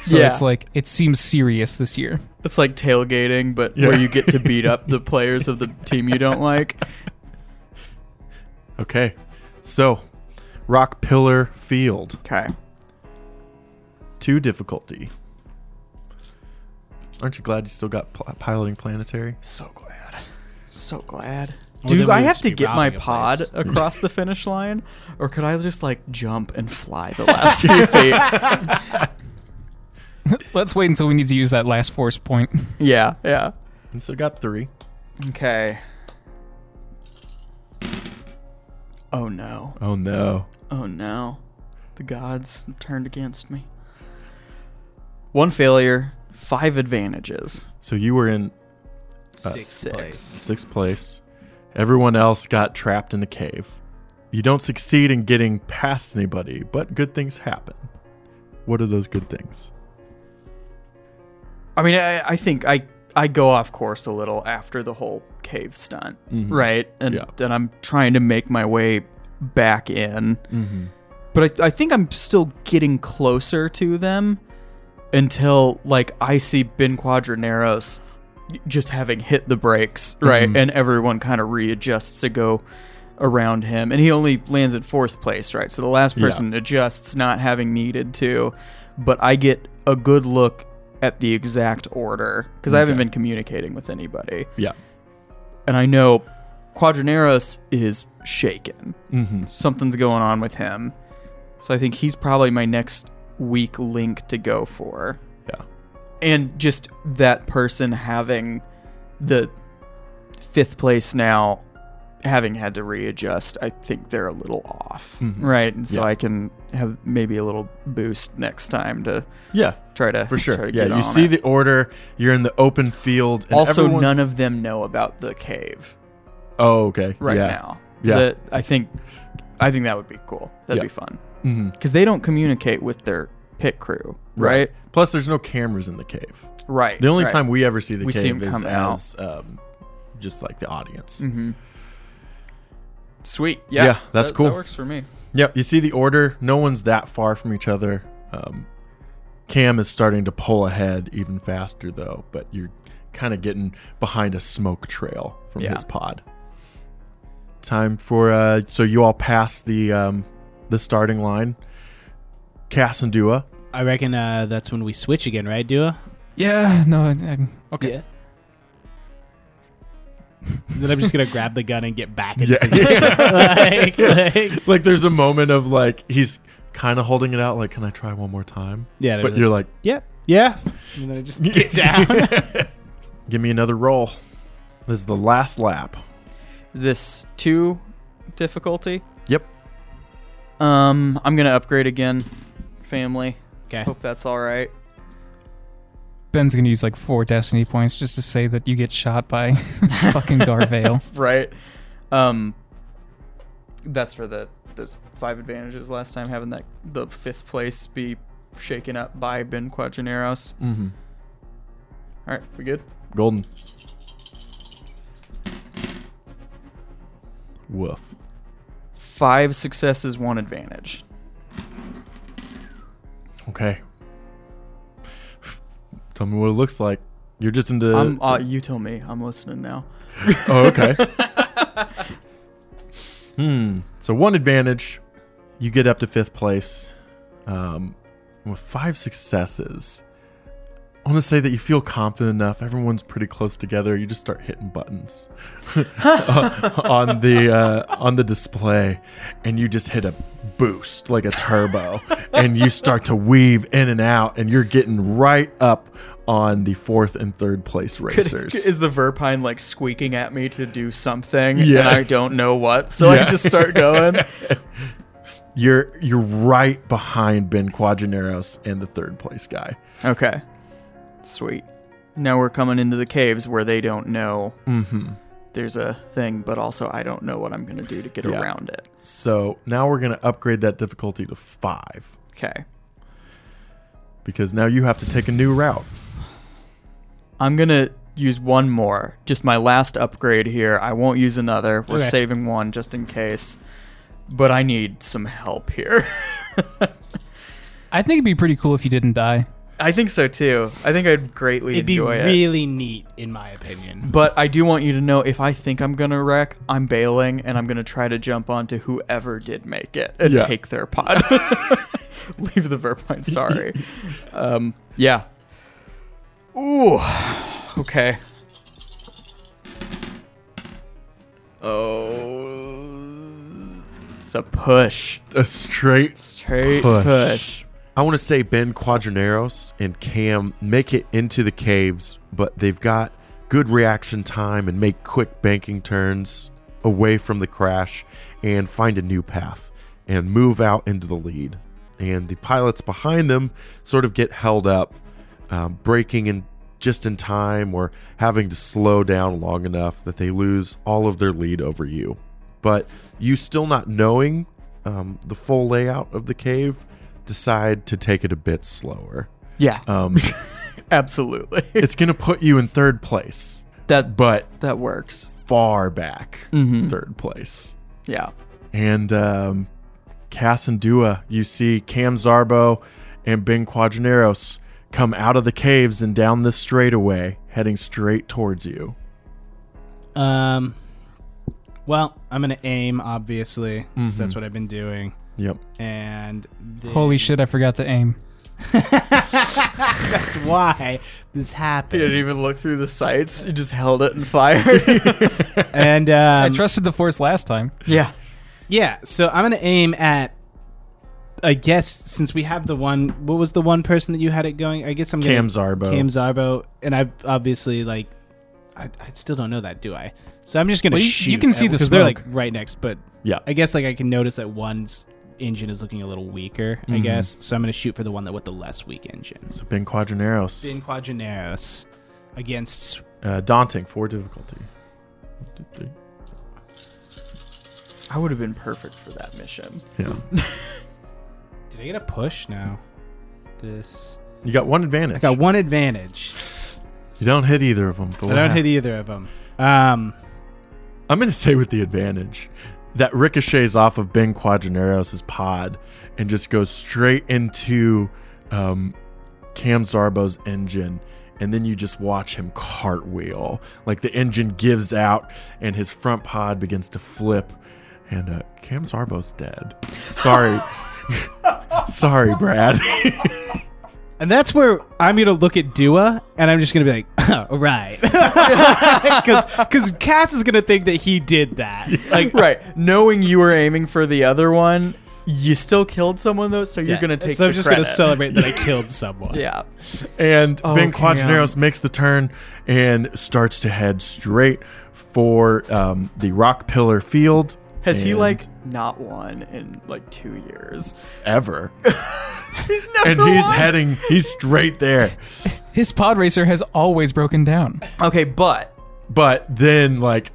So
Yeah.
it's like it seems serious this year.
It's like tailgating, but
Yeah.
where you get to beat up the players of the team you don't like.
okay. So, Rock Pillar Field,
Okay.
two difficulty. Aren't you glad you still got pl- piloting planetary?
So glad. So glad.
Well, then
Do
we
I
would
have to
be
get my
robbing a
pod
place.
across the finish line, or could I just like jump and fly the last few feet?
Let's wait until we need to use that last force point.
Yeah, yeah.
And so got three.
Okay. Oh no.
Oh no.
Oh no. The gods turned against me. One failure, five advantages.
So you were in
Six.
Six.
place.
sixth place. Everyone else got trapped in the cave. You don't succeed in getting past anybody, but good things happen. What are those good things?
I mean, I, I think I I go off course a little after the whole cave stunt, right? And
Yeah.
and I'm trying to make my way back in, but I, I think I'm still getting closer to them until like I see Ben Quadraneros just having hit the brakes, right? And everyone kind of readjusts to go around him, and he only lands in fourth place, right? So the last person adjusts, not having needed to, but I get a good look at the exact order because I haven't been communicating with anybody,
Yeah.
and I know Quadraneros is shaken
Mm-hmm.
something's going on with him. So I think he's probably my next weak link to go for.
Yeah.
And just that person having the fifth place now, having had to readjust, I think they're a little off. Right. And so
Mm-hmm. Yeah.
I can have maybe a little boost next time to
Yeah.
try to
For
Try
sure.
to
Yeah.
get
You
on
see
it.
the order. You're in the open field. And
also
everyone-
none of them know about the cave
Oh, okay.
right
yeah.
now.
Yeah.
That I think I think that would be cool. That'd
Yeah.
be fun
Mm-hmm.
because they don't communicate with their pit crew, right?
Plus, there's no cameras in the cave.
Right.
The only time we ever see the
We
cave
see 'em
is
come out.
as um, just like the audience.
hmm Sweet. Yeah.
Yeah, that's
That-
cool.
That works for me.
Yep, you see the order. No one's that far from each other. Um, Cam is starting to pull ahead even faster though, but you're kind of getting behind a smoke trail from
Yeah.
his pod. Time for uh, so you all pass the um, the starting line. Cass and Dua.
I reckon uh, that's when we switch again, right, Dua?
Yeah, no, I- I'm, okay.
Yeah. then I'm just gonna grab the gun and get back. Into
Yeah.
position. like, like,
Like there's a moment of like he's kind of holding it out, like, can I try one more time?
yeah.
But you're like,
yep, yeah. And then I just get down.
give me another roll. This is the last lap.
Is this two difficulty?
Yep.
Um, I'm gonna upgrade again. Family.
okay.
Hope that's all right.
Ben's gonna use like four destiny points just to say that you get shot by fucking Garvale.
Right. Um. That's for the those five advantages last time having that the fifth place be shaken up by Ben Quadraneros.
Mm-hmm.
All right, we good?
Golden. Woof.
Five successes, one advantage.
Okay. Tell me what it looks like. You're just in the.
I'm, uh, you tell me. I'm listening now.
oh, okay. hmm. So one advantage, you get up to fifth place, um, with five successes. I want to say that you feel confident enough. Everyone's pretty close together. You just start hitting buttons on the uh, on the display, and you just hit a boost like a turbo, and you start to weave in and out, and you're getting right up on the fourth and third place racers.
Is the Verpine like squeaking at me to do something?
Yeah.
And I don't know what, so
Yeah.
I just start going.
you're you're right behind Ben Quadraneros and the third place guy.
okay. Sweet. Now we're coming into the caves where they don't know
Mm-hmm.
there's a thing, but also I don't know what I'm going to do to get
Yeah.
around it.
So now we're gonna upgrade that difficulty to five
Okay.
because now you have to take a new route.
I'm going to use one more, just my last upgrade here. I won't use another. We're
Okay.
saving one just in case. But I need some help here.
I think it'd be pretty cool if you didn't die.
I think so too. I think I'd greatly
It'd be
enjoy it.
really neat, in my opinion.
But I do want you to know if I think I'm gonna wreck, I'm bailing and I'm gonna try to jump onto whoever did make it and
Yeah.
take their pod. Leave the Verpine, sorry. um, yeah. Ooh. Okay.
Oh,
It's a push.
a straight.
Straight
Push.
push.
I want to say Ben Quadraneros and Cam make it into the caves, but they've got good reaction time and make quick banking turns away from the crash and find a new path and move out into the lead. And the pilots behind them sort of get held up, um, breaking in just in time or having to slow down long enough that they lose all of their lead over you. But you still not knowing um, the full layout of the cave, decide to take it a bit slower.
Yeah,
Um,
absolutely.
it's going to put you in third place,
that
but
that works.
far back
Mm-hmm.
Mhm.
third place.
Yeah.
And um, Cass and Dua, you see Cam Zarbo and Ben Quadraneros come out of the caves and down this straightaway, heading straight towards you.
Um, well, I'm gonna aim, obviously, 'cause that's
Mm-hmm.
what I've been doing.
Yep.
And then-
Holy shit, I forgot to aim.
that's why this
He
happened.
didn't even look through the sights. He just held it and fired.
and um,
I trusted the force last time.
yeah.
Yeah, so I'm gonna aim at. I guess since we have the one, what was the one person that you had it going? I guess I'm gonna,
Cam Zarbo.
Cam Zarbo, and I obviously like, I, I still don't know that, do I? So I'm just gonna
Well, you-
shoot.
you can
at-
see the
'cause They're like
smoke.
right next, but
Yeah.
I guess like I can notice that one's engine is looking a little weaker. I guess so. I'm gonna shoot for the one that with the less weak engine.
So Ben Quadraneros,
Bin Quadraneros against
Uh, daunting, four difficulty.
I would have been perfect for that mission.
Yeah.
Did I get a push? No. This.
You got one advantage.
I got one advantage.
You don't hit either of them. But
I don't hit either of them. Um,
I'm going to say with the advantage that ricochets off of Ben Quadraneros' pod and just goes straight into um, Cam Zarbo's engine. And then you just watch him cartwheel. Like the engine gives out and his front pod begins to flip. And uh, Cam Zarbo's dead. Sorry. Sorry, Brad.
and that's where I'm gonna look at Dua, and I'm just gonna be like, all right, because because Cass is gonna think that he did that. Like,
Right. Knowing you were aiming for the other one, you still killed someone though, so you're
yeah.
gonna take.
So I'm
the
just
credit.
gonna celebrate that I killed someone.
Yeah.
And Ben
Oh, Cam.
Quadraneros makes the turn and starts to head straight for um, the rock pillar field.
Has he
And
like not won in like two years?
ever?
He's never
And he's
won.
heading, he's straight there.
His pod racer has always broken down.
okay, but
But then, like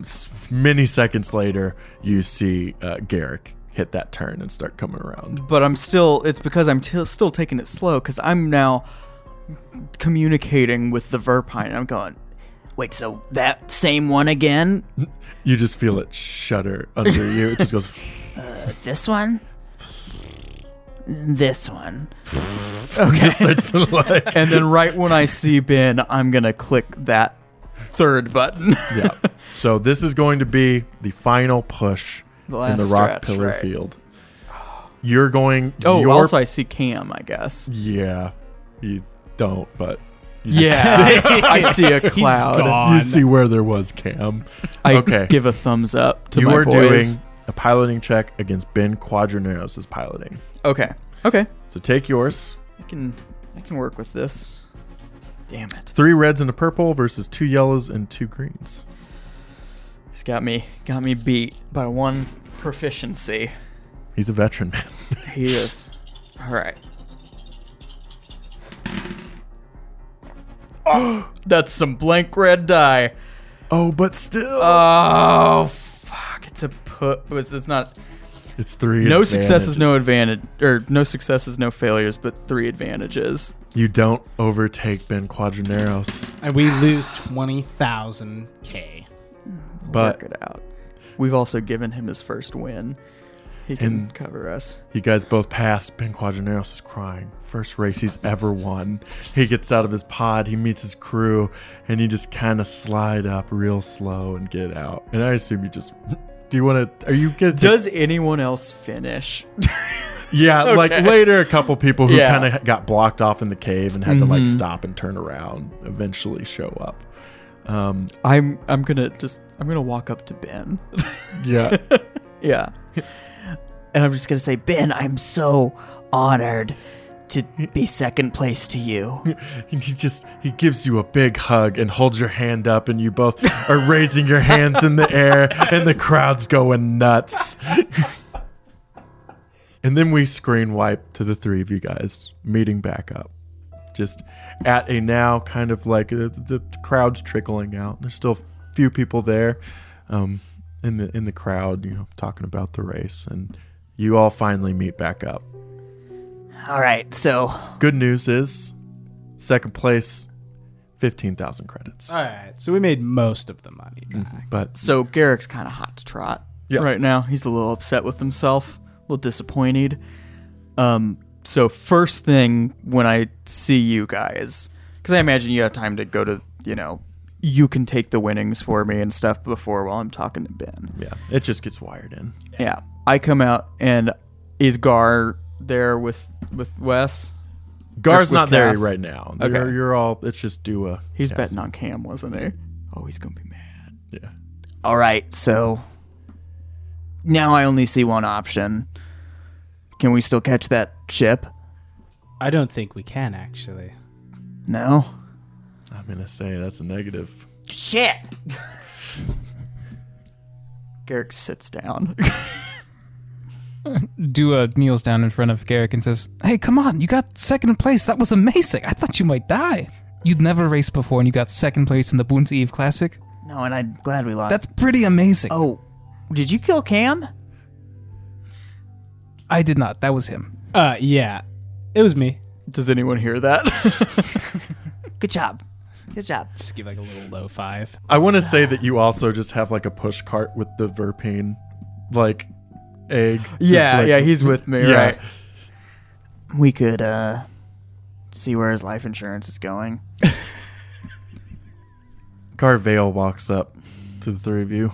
s- many seconds later, you see uh, Garrick hit that turn and start coming around.
but I'm still. It's because I'm t- still taking it slow because I'm now communicating with the Verpine. I'm going. Wait, so that same one again?
You just feel it shudder under you. It just goes.
This one? This one.
just starts to like.
And then right when I see Ben, I'm gonna click that third button.
yeah. So this is going to be the final push
The
in
last
the rock
stretch,
pillar
right.
field. You're going.
Oh,
your-
also I see Cam, I guess.
yeah. You don't, but
Yeah, I see a cloud.
you see where there was Cam.
I
okay.
give a thumbs up to
you
my
are
boys.
doing a piloting check against Ben Quadraneros' piloting.
okay, okay.
So take yours.
I can I can work with this. Damn it,
Three reds and a purple versus two yellows and two greens.
he's got me got me beat by one proficiency.
He's a veteran man.
He is. All right. Oh, that's some blank red die.
oh, but still,
Oh fuck! It's a put. Was it's not?
it's three.
No successes, no
advantages.
advantage, or no successes, no failures, but three advantages.
You don't overtake Ben Quadraneros,
And we lose twenty thousand k.
but
Work it out. We've also given him his first win. He can
And-
cover us.
You guys both passed. Ben Quadraneros is crying. First race he's ever won. He gets out of his pod, he meets his crew, and you just kind of slide up real slow and get out. And I assume you just. Do you want to? Are you gonna? Take,
Does anyone else finish?
yeah, like later, a couple people who
Yeah. Mm-hmm.
kind of got blocked off in the cave and had to like stop and turn around eventually show up. Um,
I'm I'm gonna just I'm gonna walk up to Ben.
yeah,
Yeah. And I'm just going to say, Ben, I'm so honored to be second place to you.
And he just he gives you a big hug and holds your hand up and you both are raising your hands in the air and the crowd's going nuts and then we screen wipe to the three of you guys meeting back up just at a now kind of like uh, the, the crowd's trickling out there's still a few people there um, in the in the crowd you know talking about the race and you all finally meet back up
All right, so
Good news is second place, 15,000 credits.
All right, so we made most of the money back.
Mm-hmm.
But
so Garrick's kind of hot to trot
Yeah.
right now. He's a little upset with himself, a little disappointed. Um, so first thing when I see you guys, because I imagine you have time to go to, you know, you can take the winnings for me and stuff before while I'm talking to Ben.
yeah, it just gets wired in.
Yeah, I come out and is Gar there with with Wes?
Gar's
With
not there
Cass.
right now.
Okay.
You're, you're all, it's just Dua.
He's
Cass.
betting on Cam, wasn't he? Oh, he's gonna be mad.
Yeah.
All right, so now I only see one option. Can we still catch that ship?
I don't think we can actually.
No.
I'm going to say that's a negative.
Shit. Garrick sits down.
Dua kneels down in front of Garrick and says, Hey, come on, you got second place. That was amazing. I thought you might die. You'd never raced before and you got second place in the Boonta Eve Classic.
no, and I'm glad we lost.
That's pretty amazing.
oh, Did you kill Cam?
I did not. That was him.
Uh, yeah, it was me.
Does anyone hear that? Good job. Good job.
Just give like a little low five.
I want to say that you also just have like a push cart with the Verpine, like egg. Just
Yeah,
like-
yeah, he's with me,
Yeah.
right? We could uh see where his life insurance is going.
Carvale walks up to the three of you.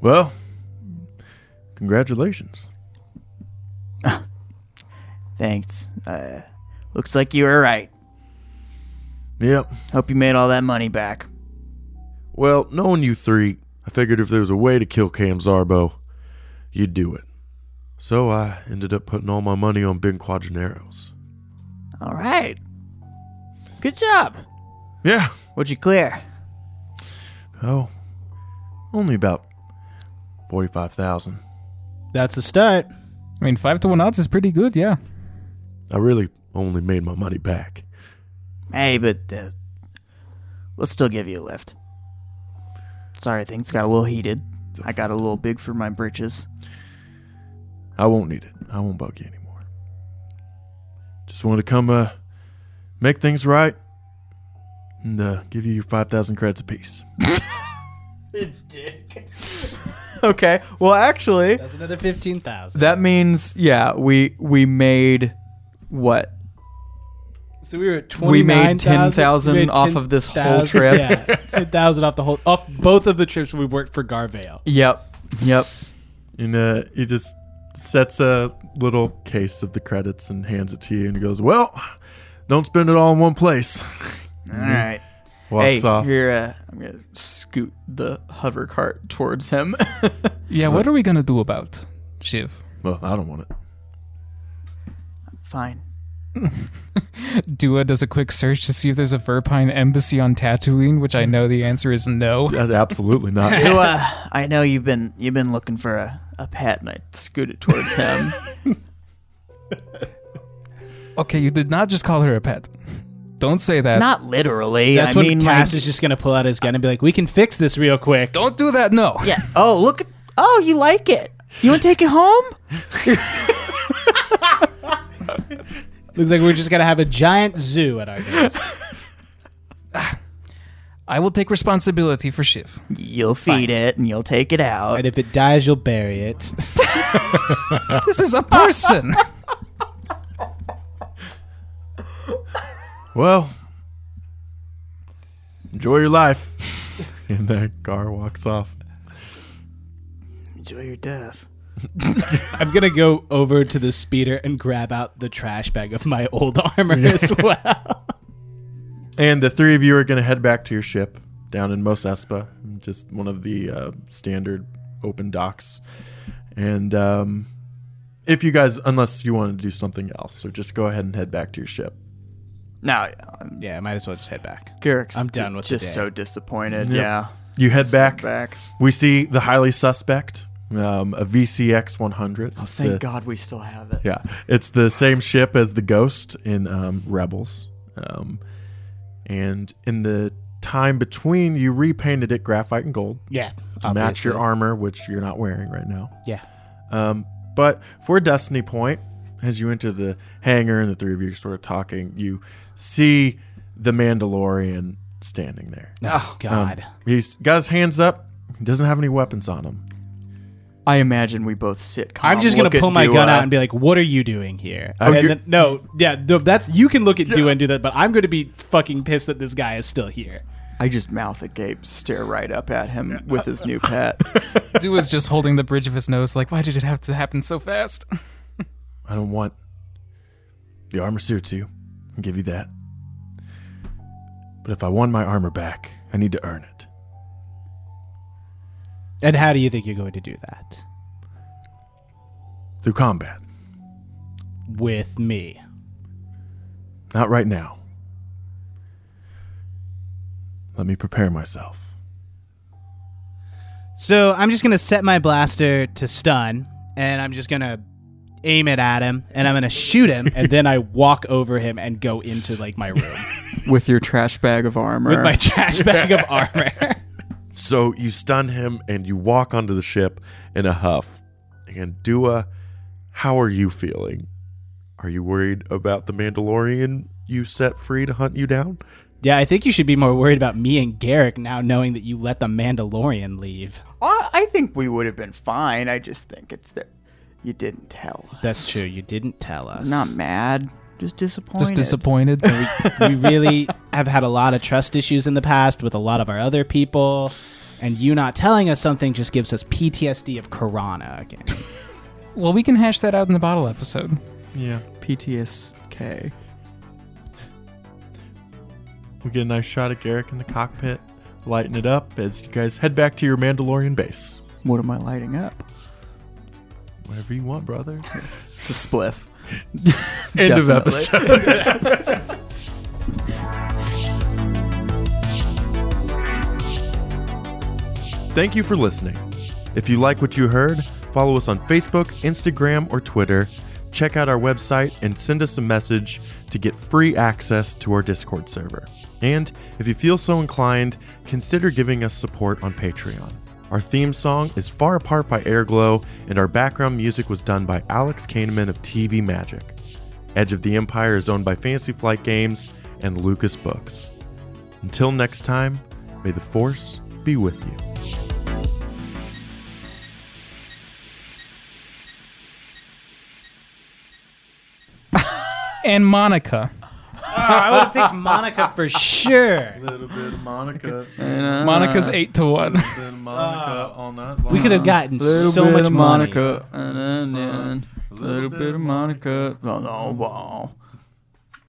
Well, congratulations.
Thanks. Uh looks like you were right.
Yep.
Hope you made all that money back.
Well, knowing you three, I figured if there was a way to kill Cam Zarbo, you'd do it. So I ended up putting all my money on Ben Quadraneros.
All right. Good job.
Yeah.
What'd you clear?
Oh, only about forty-five thousand.
That's a start.
I mean, five to one odds is pretty good. Yeah.
I really only made my money back.
Hey, but uh, we'll still give you a lift. Sorry, things got a little heated. I got a little big for my britches.
I won't need it. I won't bug you anymore. Just wanted to come uh, make things right and uh, give you your 5,000 credits apiece.
Okay. Well, actually,
That's another fifteen thousand.
that means yeah, we we made what
So we were at
We
twenty.
made 10,000 off of this whole trip.
Yeah, ten thousand off the whole off both of the trips we worked for Garvale.
Yep. Yep.
And uh, he just sets a little case of the credits and hands it to you and he goes, Well, don't spend it all in one place.
All right.
Walks
hey,
off.
here uh, I'm gonna scoot the hover cart towards him.
Yeah. What are we gonna do about Shiv?
Well, I don't want it.
Fine.
Dua does a quick search to see if there's a Verpine embassy on Tatooine, which I know the answer is no.
That's absolutely not.
You, uh, I know you've been you've been looking for a, a pet, and I scoot it towards him.
Okay, you did not just call her a pet. Don't say that.
Not literally.
That's
I
when
mean,
Cass
like-
is just gonna pull out his gun and be like, "We can fix this real quick."
Don't do that. No.
Yeah. Oh, look. at- Oh, you like it. You want to take it home?
Looks like we're just gonna have a giant zoo at our gates.
I will take responsibility for Shiv.
You'll feed it and you'll take it out.
and if it dies, you'll bury it.
This is a person.
Well, enjoy your life. and that car walks off.
Enjoy your death.
I'm gonna go over to the speeder and grab out the trash bag of my old armor as well.
And the three of you are going to head back to your ship down in Mos Espa, just one of the uh, standard open docks. And um, if you guys, unless you want to do something else, so just go ahead and head back to your ship.
No,
yeah, might as well just head back.
Garrick's
I'm done with the
just
day.
so disappointed.
Yep.
Yeah.
You head back.
Back.
We see the highly suspect, um, a VCX 100.
Oh, thank God we still have it.
Yeah, it's the same ship as the Ghost in um, Rebels, um, and in the time between, you repainted it graphite and gold
Yeah,
to match your armor, which you're not wearing right now.
Yeah,
Um, but for Destiny Point, as you enter the hangar and the three of you are sort of talking, you see the Mandalorian standing there.
Oh
Um,
God.
he's got his hands up. He doesn't have any weapons on him.
I imagine we both sit. Calm,
I'm just gonna
look at
pull my
Dua.
gun out and be like, "What are you doing here?"
Oh,
and
you're-
then, no, yeah, no, that's you can look at Dua and do that, but I'm gonna be fucking pissed that this guy is still here.
I just mouth agape, stare right up at him with his new pet.
Dua is just holding the bridge of his nose, like, why did it have to happen so fast?
I don't want the armor suits you. I'll give you that. But if I want my armor back, I need to earn it.
And how do you think you're going to do that
Through combat.
with me?
Not right now. Let me prepare myself.
So I'm just gonna set my blaster to stun, and I'm just gonna aim it at him, and I'm gonna shoot him, and then I walk over him and go into like my room
with your trash bag of armor.
with my trash bag of armor.
So you stun him and you walk onto the ship in a huff. And Dua, how are you feeling? Are you worried about the Mandalorian you set free to hunt you down?
Yeah, I think you should be more worried about me and Garrick now knowing that you let the Mandalorian leave.
I I think we would have been fine. I just think it's that you didn't tell. us.
That's true. You didn't tell us.
I'm not mad, just disappointed.
Just disappointed.
we really have had a lot of trust issues in the past with a lot of our other people, and you not telling us something just gives us PTSD of Corona again.
well, we can hash that out in the bottle episode.
Yeah.
PTSK.
We get a nice shot of Garrick in the cockpit, lighting it up as you guys head back to your Mandalorian base.
What am I lighting up?
Whatever you want, brother.
It's a spliff.
End of
Definitely.
episode. Thank you for listening. If you like what you heard, follow us on Facebook, Instagram, or Twitter. Check out our website and send us a message to get free access to our Discord server. And if you feel so inclined, consider giving us support on Patreon. Our theme song is Far Apart by Airglow, and our background music was done by Alex Kahneman of TV Magic. Edge of the Empire is owned by Fantasy Flight Games and Lucas Books. Until next time, may the Force be with you.
And Monica.
I would have picked Monica for sure.
little bit of Monica,
Monica's eight to one.
then Monica all night long.
We could have gotten
Little
so
bit
much
of
Monica.
Monica. and then- then Little bit of Monica. Oh, no, wow.